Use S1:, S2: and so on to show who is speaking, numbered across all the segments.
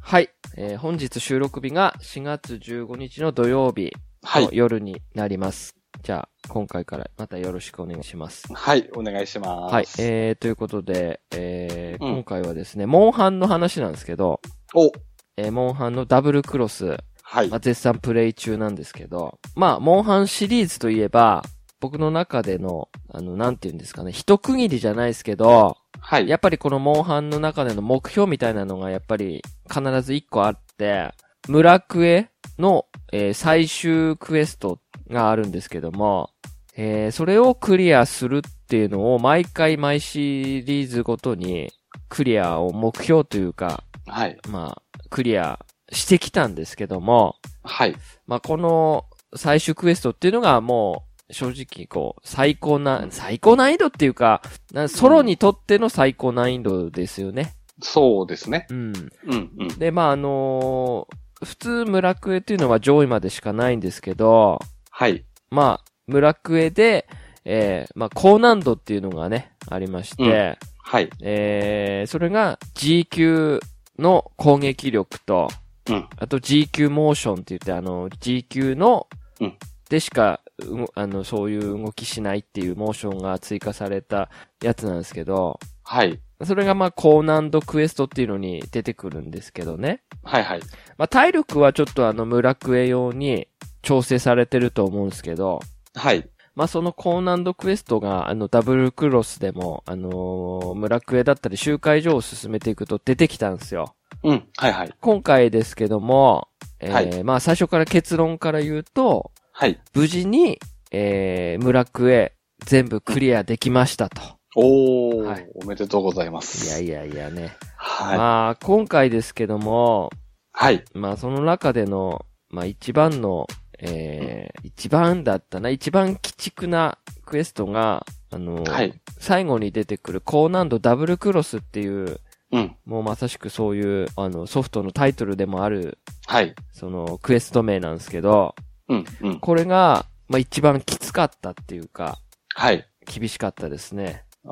S1: はい。えー本日収録日が4月15日の土曜日
S2: はい
S1: の。夜になります。じゃあ、今回からまたよろしくお願いします。
S2: はい、お願いします。
S1: はい。えー、ということで、えー
S2: うん
S1: 今回はですね、モンハンの話なんですけど、
S2: お、
S1: えーモンハンのダブルクロス、
S2: はい
S1: まあ、。絶賛プレイ中なんですけど、まあ、モンハンシリーズといえば、僕の中での、あの、なんて言うんですかね、一区切りじゃないですけど、
S2: はい。
S1: やっぱりこのモンハンの中での目標みたいなのがやっぱり必ず一個あって、村クエの、えー最終クエストがあるんですけども、えーそれをクリアするっていうのを毎回毎シリーズごとにクリアを目標というか、
S2: はい。
S1: まあ、クリアしてきたんですけども、
S2: はい。
S1: まあ、この最終クエストっていうのがもう、正直こう、最高な、最高難易度っていうか、なソロにとっての最高難易度ですよね。
S2: そうですね。
S1: うん。
S2: うん、うん。
S1: で、まあ、あのー普通村クエっていうのは上位までしかないんですけど、
S2: はい。
S1: まあ、村クエで、えーまあ、高難度っていうのがね、ありまして、
S2: うんはい。
S1: えーそれが G 級の攻撃力と、
S2: うん
S1: あと G 級モーションって言って、あの、G 級の
S2: うん、
S1: でしか、うごあの、そういう動きしないっていうモーションが追加されたやつなんですけど、
S2: はい。
S1: それがまあ高難度クエストっていうのに出てくるんですけどね。
S2: はい、はい。
S1: まあ体力はちょっとあの村クエ用に調整されてると思うんですけど、
S2: はい。
S1: まあ、その高難度クエストが、あの、ダブルクロスでも、あのー村クエだったり集会所を進めていくと出てきたんですよ。
S2: うん、はい、はい。
S1: 今回ですけども、えー
S2: はい
S1: まあ、最初から結論から言うと、
S2: はい。
S1: 無事に、えー、村クエ全部クリアできましたと。
S2: おー、
S1: はい
S2: おめでとうございま
S1: い
S2: す。
S1: やいやいやね。
S2: はい。
S1: まあ、今回ですけども、
S2: はい。
S1: まあ、その中での、まあ、一番の、えー、一番だったな、一番鬼畜なクエストが、あのー
S2: はい。
S1: 最後に出てくる高難度ダブルクロスっていう、
S2: うん。
S1: もうまさしくそういう、あの、ソフトのタイトルでもある、
S2: はい。
S1: その、クエスト名なんですけど、
S2: うん、うん。
S1: これが、まあ、一番きつかったっていうか、
S2: はい。
S1: 厳しかったですね。
S2: あ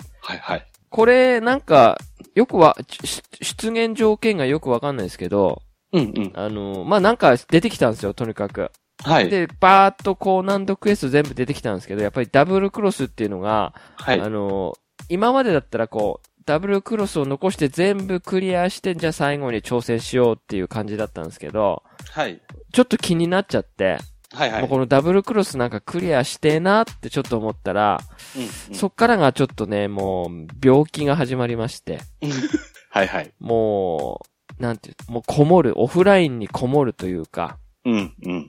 S2: ー、はい、はい。
S1: これ、なんか、よくは、し出現条件がよくわかんないですけど、
S2: うん、うん。
S1: あの、まあ、なんか出てきたんですよ、とにかく。
S2: はい。
S1: で、バーっと高難度クエスト全部出てきたんですけど、やっぱりダブルクロスっていうのが、
S2: はい
S1: あ。の、今までだったらこう、ダブルクロスを残して全部クリアして、じゃあ最後に挑戦しようっていう感じだったんですけど、
S2: はい。
S1: ちょっと気になっちゃって、
S2: はい、はい。
S1: もうこのダブルクロスなんかクリアしてえなってちょっと思ったら、
S2: うんうん
S1: そっからがちょっとね、もう病気が始まりまして、
S2: はい、はい。
S1: もう、なんていう、もうこもる、オフラインにこもるというか、
S2: うん、うん。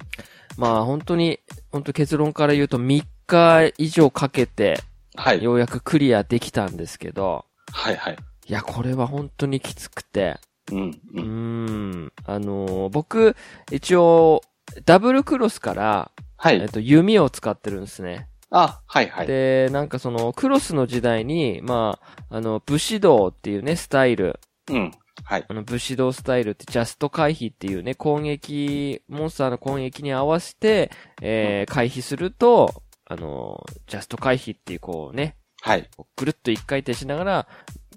S1: まあ本当に、本当結論から言うと3日以上かけて、
S2: はい。
S1: ようやくクリアできたんですけど、
S2: はい、はい。
S1: いや、これは本当にきつくて。
S2: う
S1: う
S2: ん、う
S1: ー
S2: ん。
S1: ん。あのー僕、一応、ダブルクロスから、
S2: は
S1: えっ
S2: い。
S1: と、弓を使ってるんですね。
S2: あ、はい、はい。
S1: で、なんかその、クロスの時代に、まあ、あの、武士道っていうね、スタイル。
S2: うん。はい。
S1: あの、武士道スタイルって、ジャスト回避っていうね、攻撃、モンスターの攻撃に合わせて、えー、回避すると、あのージャスト回避っていう、こうね、
S2: はい。
S1: ぐるっと一回転しながら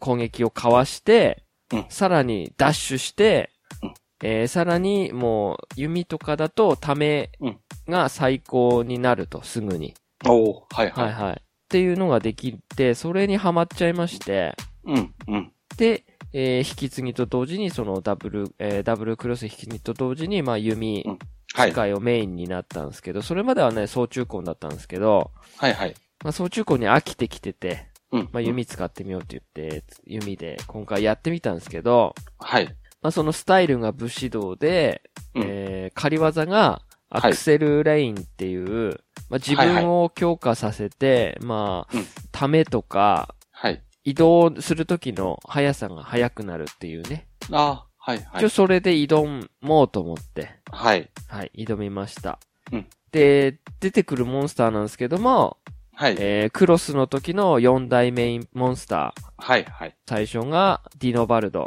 S1: 攻撃をかわして、
S2: うん
S1: さらにダッシュして、
S2: うん
S1: えーさらにもう弓とかだとため
S2: うん
S1: が最高になると、すぐに。
S2: おー、はい、は
S1: はい
S2: い。
S1: はい。っていうのができて、それにハマっちゃいまして、
S2: うん、うん。
S1: で、えー引き継ぎと同時にそのダブル、えーダブルクロス引き継ぎと同時に、まあ弓
S2: うんはい。
S1: 使いをメインになったんですけど、それまではね、総中根だったんですけど、
S2: はい、はい。
S1: まあ、総中高に飽きてきてて、
S2: うん。
S1: まあ、弓使ってみようって言って、弓で今回やってみたんですけど、
S2: はい。
S1: まあ、そのスタイルが武士道で、
S2: うん
S1: えー、仮技がアクセルレインっていう、まあ、自
S2: はい
S1: 分を強化させて、まあ
S2: うん、
S1: ためとか、
S2: はい。
S1: 移動する時の速さが速くなるっていうね。
S2: あー、はい、は
S1: 一応
S2: い。
S1: それで挑もうと思って、
S2: はい。
S1: はい、挑みました。
S2: うん
S1: で、出てくるモンスターなんですけども、
S2: はい。
S1: えー、クロスの時の4大メインモンスター。
S2: はい、はい。
S1: 最初がディノバルド。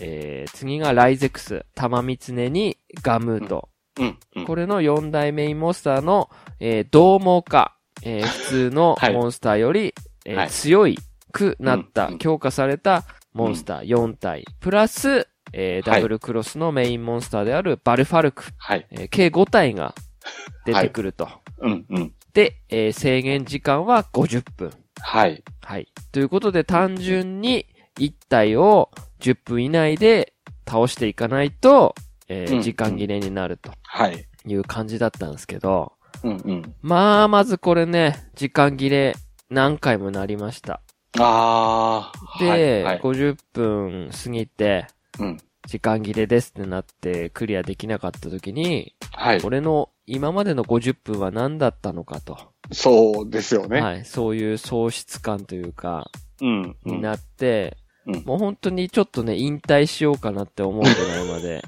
S1: えー、次がライゼクス、タマミツネにガムート。
S2: うん。うん
S1: これの4大メインモンスターの、えー、獰猛化。 えー、普通の
S2: はい
S1: モンスターより、えー
S2: はい
S1: 強いくなった、
S2: うん
S1: 強化されたモンスター4体。プラス、えー
S2: は
S1: ダ
S2: い
S1: ブルクロスのメインモンスターであるバルファルク、
S2: はい。
S1: えー計5体が出てくると。
S2: うん、うん。
S1: で、えー制限時間は50分。
S2: はい。
S1: はい。ということで単純に1体を10分以内で倒していかないと、えー
S2: うん
S1: 時間切れになると
S2: はい。
S1: いう感じだったんですけど、
S2: うん、うん。
S1: まあ、まずこれね、時間切れ何回もなりました。
S2: あー。
S1: で、
S2: はい、はい。
S1: 50分過ぎて、
S2: うん。
S1: 時間切れですってなってクリアできなかった時に、
S2: はい。
S1: 俺の今までの50分は何だったのかと。
S2: そうですよね。
S1: はい。そういう喪失感というか、
S2: うん、う
S1: に
S2: ん。
S1: なって、
S2: うん
S1: もう本当にちょっとね、引退しようかなって思うぐらいま で、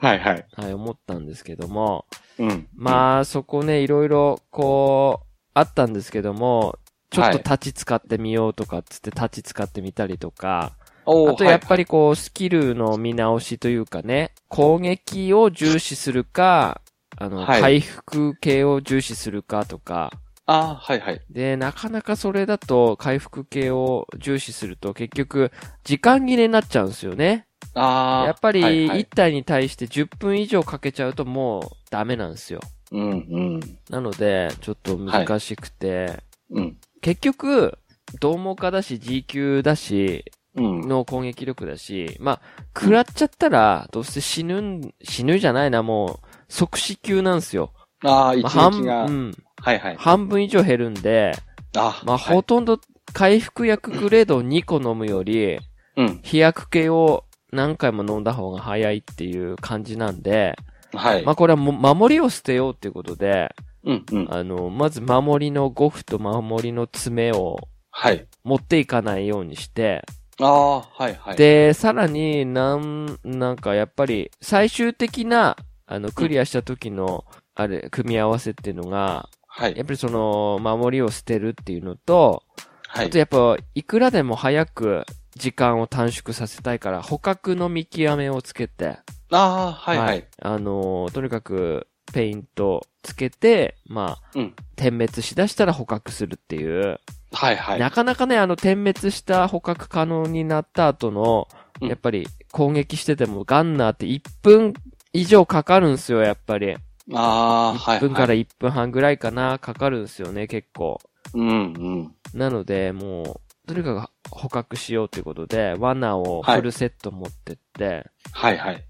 S2: はい、はい。
S1: はい、思ったんですけども、
S2: うん。あ。
S1: まあ、そこね、いろいろ、こう、あったんですけども、ちょっと立ち使ってみようとかっつって立ち使ってみたりとか、
S2: おー
S1: あとやっぱ
S2: り、
S1: りこう、スキルの見直しというかね、攻撃を重視するか、あの、
S2: はい
S1: 回復系を重視するかとか、
S2: あー、はい、はい。
S1: で、なかなかそれだと回復系を重視すると結局、時間切れになっちゃうんですよね。
S2: あー。
S1: やっぱり
S2: はいはい
S1: 1体に対して10分以上かけちゃうともうダメなんですよ。
S2: うん、うん。
S1: なので、ちょっと難しくて、
S2: うん。
S1: 結局、同盟化だし G 級だし、
S2: うん。
S1: の攻撃力だし、まあ、食らっちゃったら、どうせ死ぬん、死ぬじゃないな、もう、即死級なんですよ。
S2: あー、一
S1: まあ、半、
S2: 撃が。
S1: うん、
S2: はい、はい。
S1: 半分以上減るんで、
S2: あ
S1: まあ、
S2: はい
S1: ほとんど回復薬グレードを2個飲むより、
S2: うん。
S1: 飛躍系を何回も飲んだ方が早いっていう感じなんで、
S2: はい。
S1: まあ、これはもう守りを捨てようっていうことで、
S2: うん、うん。
S1: あの、まず守りの5符と守りの爪を
S2: はい。
S1: 持っていかないようにして、
S2: あー、はい、はい。、
S1: で、さらになん、なんかやっぱり最終的な、あの、クリアした時の、あれ、組み合わせっていうのが、や
S2: はい。
S1: っぱりその、守りを捨てるっていうのと、
S2: は
S1: あ
S2: い
S1: と。やっぱ、いくらでも早く時間を短縮させたいから、捕獲の見極めをつけて、
S2: あー、はい、はい。
S1: あのーとにかく、ペイントつけて、まあ、
S2: うん
S1: 点滅しだしたら捕獲するっていう、
S2: はい、はい。
S1: なかなかね、あの、点滅した捕獲可能になった後の、
S2: うん
S1: やっぱり攻撃しててもガンナーって1分以上かかるんすよ、やっぱり。
S2: あー、はい。
S1: 1分から1分半ぐらいかな、かかるんすよね、結構。
S2: うん、うん。
S1: なので、もう、とにかく捕獲しようということで、罠をフルセット持ってって、
S2: はい、はい。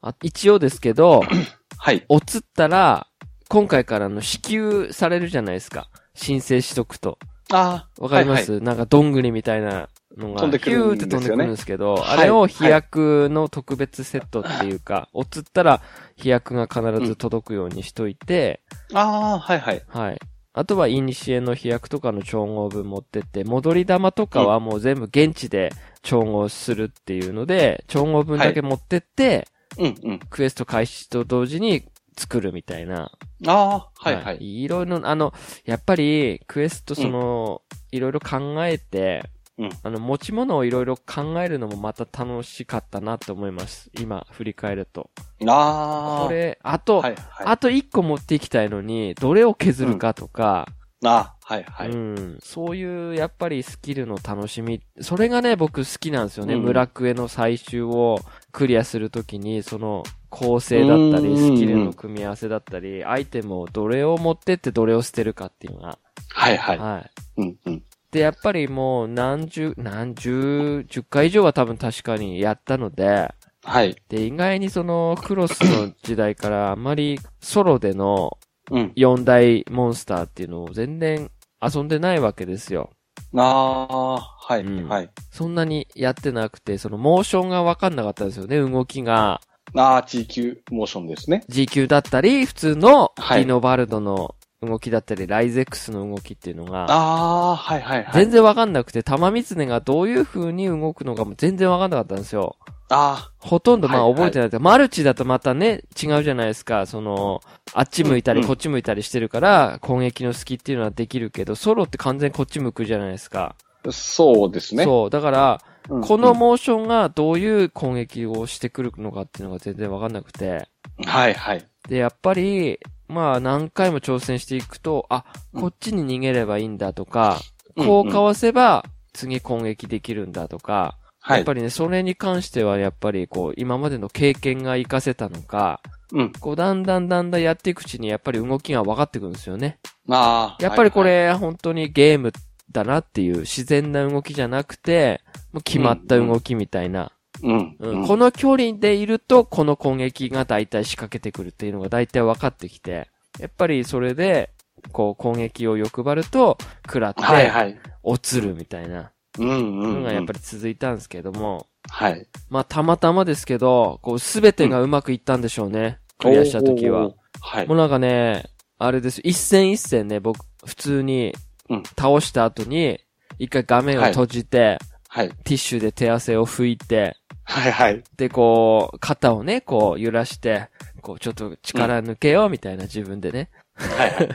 S1: あ一応ですけど、
S2: はい。
S1: おつったら、今回からの支給されるじゃないですか。申請しとくと。
S2: あー、
S1: わかります、
S2: はい
S1: なんかどんぐりみたいなのが、
S2: 飛んでくるん
S1: ヒューっ
S2: です
S1: て飛
S2: よね
S1: んでくるんですけど、
S2: はい
S1: あれを飛躍の特別セットっていうか、おつったら飛躍が必ず届くようにしといて、
S2: はいあー、はい、はい。
S1: はい。あとは、イニシエの飛躍とかの調合分持ってって、戻り玉とかはもう全部現地で調合するっていうので、調合分だけ持ってって、
S2: うん、うん。
S1: クエスト開始と同時に作るみたいな。
S2: あー、はい、はい。
S1: い。いろいろ、あの、やっぱり、クエストその、いろいろ考えて、
S2: うん
S1: あの、持ち物をいろいろ考えるのもまた楽しかったなと思います。今、振り返ると。
S2: あー。
S1: これ、あと、
S2: はい、はい。
S1: あと一個持っていきたいのに、どれを削るかとか、
S2: あー、はい、はい。
S1: うん、そういう、やっぱりスキルの楽しみ、それがね、僕好きなんですよね。
S2: うん
S1: 村クエの最終をクリアするときに、その構成だった
S2: う
S1: り、
S2: ん
S1: スキルの組み合わせだったり、アイテムをどれを持ってってどれを捨てるかっていうのが。
S2: はい、はい。
S1: はい。
S2: うん、うん。
S1: で、やっぱりもう何十、何十、十回以上は多分確かにやったので、
S2: はい。
S1: で、意外にそのクロスの時代からあまりソロでの
S2: うん。
S1: 4大モンスターっていうのを全然遊んでないわけですよ。
S2: あー、は
S1: う
S2: い、
S1: ん
S2: はい。
S1: そんなにやってなくて、そのモーションがわかんなかったんですよね。動きが
S2: あー、地球モーションですね。
S1: G 級だったり、普通の
S2: はい
S1: リノバルドの動きだったり、ライゼックスの動きっていうのが、
S2: あー、はい、はい、はい。
S1: 全然わかんなくて、玉狐がどういう風に動くのかも全然わかんなかったんですよ。
S2: あ
S1: ほとんどまあ
S2: はい
S1: 覚えてないけど、マルチだとまたね、違うじゃないですか。その、あっち向いた
S2: う
S1: り
S2: ん
S1: こっち向いたりしてるから、攻撃の隙っていうのはできるけど、ソロって完全にこっち向くじゃないですか。
S2: ー、そうですね。
S1: そう。だから、
S2: うん
S1: この、モーションがどういう攻撃をしてくるのかっていうのが全然わかんなくて。
S2: うんはい、はい。
S1: で、やっぱり、まあ何回も挑戦していくと、あ、
S2: うん
S1: こっちに逃げればいいんだとか、
S2: うん
S1: こうかわせば次攻撃できるんだとか、
S2: は
S1: や
S2: い
S1: っ。ぱりね、それに関してはやっぱりこう、今までの経験が活かせたのか、
S2: うん。
S1: こう、だんだんだんだんやっていくうちにやっぱり動きが分かってくるんですよね。
S2: ああ。
S1: やっぱりこ
S2: はい
S1: れ、本当にゲームだなっていう自然な動きじゃなくて、もう決まった動きみたいな。
S2: はい、うん。
S1: うん
S2: うん
S1: この距離でいると、この攻撃が大体仕掛けてくるっていうのが大体分かってきて、やっぱりそれで、こう攻撃を欲張ると、食らって、
S2: はいはい。
S1: 落ちるみたいな
S2: うんうん、う
S1: の
S2: ん。
S1: がやっぱり続いたんですけども、
S2: はい。
S1: まあたまたまですけど、こうすべてがうまくいったんでしょうね。クリアした時は
S2: おー。。はい
S1: もう。なんかね、あれです。一戦一戦ね、僕、普通に
S2: うん、
S1: 倒した後に、一回画面を閉じて、
S2: はい。
S1: ティッシュで手汗を拭いて、
S2: はいはい。
S1: で、こう、肩をね、こう揺らして、こう、ちょっと力抜けようみたいな自分でね。
S2: はいはい。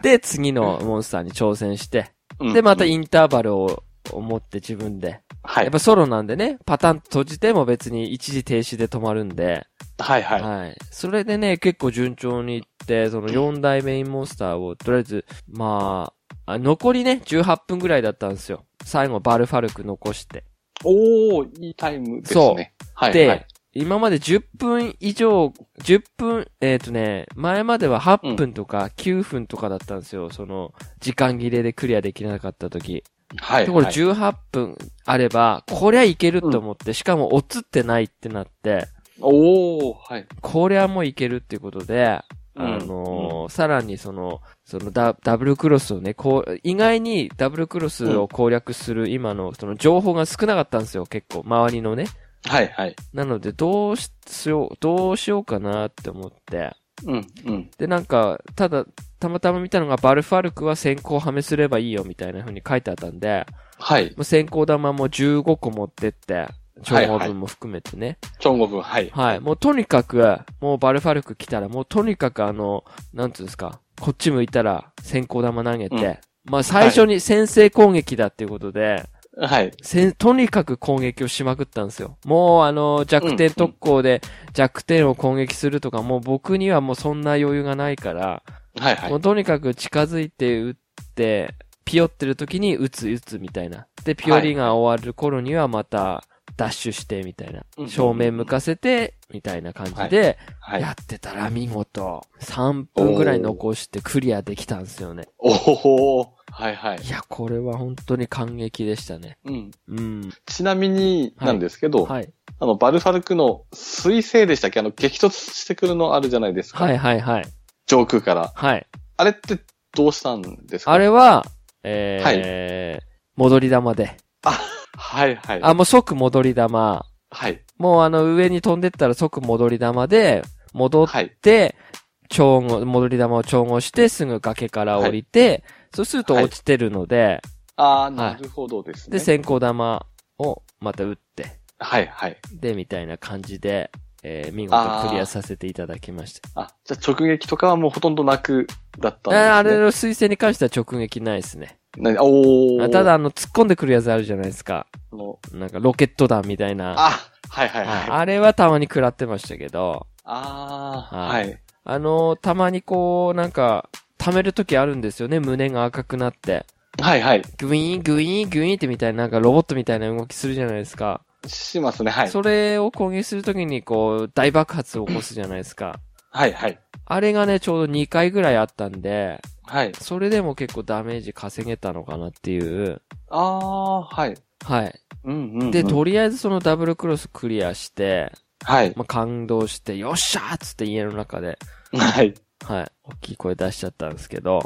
S1: で、次のモンスターに挑戦して、
S2: うん
S1: で、また
S2: うん
S1: インターバルを持って自分で。
S2: は
S1: や
S2: い
S1: っ。ぱソロなんでね、パタンと閉じても別に一時停止で止まるんで、
S2: はいはい。
S1: はい。それでね、結構順調にいって、その4代メインモンスターを、とりあえず、まあ、あ残りね、18分ぐらいだったんですよ。最後、バルファルク残して。
S2: おー、いいタイムですね。はい。
S1: で、
S2: はい、
S1: 今まで10分以上、10分、えっ、とね、前までは8分とか9分とかだったんですよ。その、時間切れでクリアできなかった時。
S2: はい。
S1: で、これ
S2: はい
S1: 18分あれば、こりゃいけると思って、しかも、おつってないってなって、
S2: おー、はい。
S1: こりゃもういけるっていうことで、
S2: うん
S1: あのーさらにその、そのダダブルクロスをね、こう、意外にダブルクロスを攻略する今の、その情報が少なかったんですよ、結構、周りのね。
S2: はいはい。
S1: なので、どうしよう、どうしようかなって思って。
S2: うん、うん。
S1: で、なんか、ただ、たまたま見たのが、バルファルクは先行破滅すればいいよ、みたいな風に書いてあったんで、
S2: はい。
S1: もう先行玉も15個持ってって、超合分も含めてね。
S2: チョンゴブン、はい。
S1: はい。もうとにかく、もうバルファルク来たら、もうとにかくあの、なんつうんですか、こっち向いたら先行玉投げて、
S2: うん
S1: まあ最初に先制攻撃だっていうことで、
S2: はい。
S1: せんとにかく攻撃をしまくったんですよ。もうあの、弱点特攻で弱点を攻撃するとか、もう僕にはもうそんな余裕がないから、
S2: はいはい
S1: もう。とにかく近づいて撃って、ピヨってる時に撃つ撃つみたいな。で、ピヨリが終わる頃にはまた、ダッシュしてみたいな
S2: う。ん
S1: 正面向かせて、みたいな感じで、
S2: はい。
S1: やってたら見事、3分ぐらい残してクリアできたんですよね。
S2: おー、はいはい。
S1: いや、これは本当に感激でしたね。
S2: うん。
S1: うん。
S2: ちなみになんですけど、
S1: はい。
S2: あの、バルファルクの水星でしたっけあの、激突してくるのあるじゃないですか。
S1: はいはいはい。
S2: 上空から。
S1: はい。
S2: あれってどうしたんですか
S1: あれは、えー、戻り玉で。
S2: はいはい。
S1: あ、もう即戻り玉。
S2: はい。
S1: もうあの上に飛んでったら即戻り玉で、戻っ
S2: はい。
S1: て、調合、戻り玉を調合して、すぐ崖から降りて、そうすると落ちてるので、
S2: ああ、なるほどですね。
S1: で、先行玉をまた打って、
S2: はいはい。
S1: で、みたいな感じで、えー見事クリアさせていただきました。
S2: あ、じゃあ直撃とかはもうほとんどなくだったん
S1: あ,、
S2: ですね。
S1: あれの推薦に関しては直撃ないですね。
S2: 何おー。
S1: ただ、あの、突っ込んでくるやつあるじゃないですか。
S2: あの、
S1: なんか、ロケット弾みたいな。
S2: あ、はいはいはい。
S1: あれはたまに食らってましたけど、
S2: ああ、
S1: は
S2: はいい。
S1: あの、たまにこう、なんか、溜めるときあるんですよね、胸が赤くなって。
S2: はいはい。
S1: グイーン、グイーン、グイーンってみたいな、なんかロボットみたいな動きするじゃないですか。
S2: しますね、はい。
S1: それを攻撃するときに、こう、大爆発を起こすじゃないですか。
S2: はいはい。
S1: あれがね、ちょうど2回ぐらいあったんで、
S2: はい。
S1: それでも結構ダメージ稼げたのかなっていう。
S2: ああ、はい。
S1: はい。
S2: うんうん、うん。
S1: で、とりあえずそのダブルクロスクリアして、
S2: はい。
S1: まあ、感動して、よっしゃーっつって家の中で、
S2: はい。
S1: はい、大きい声出しちゃったんですけど、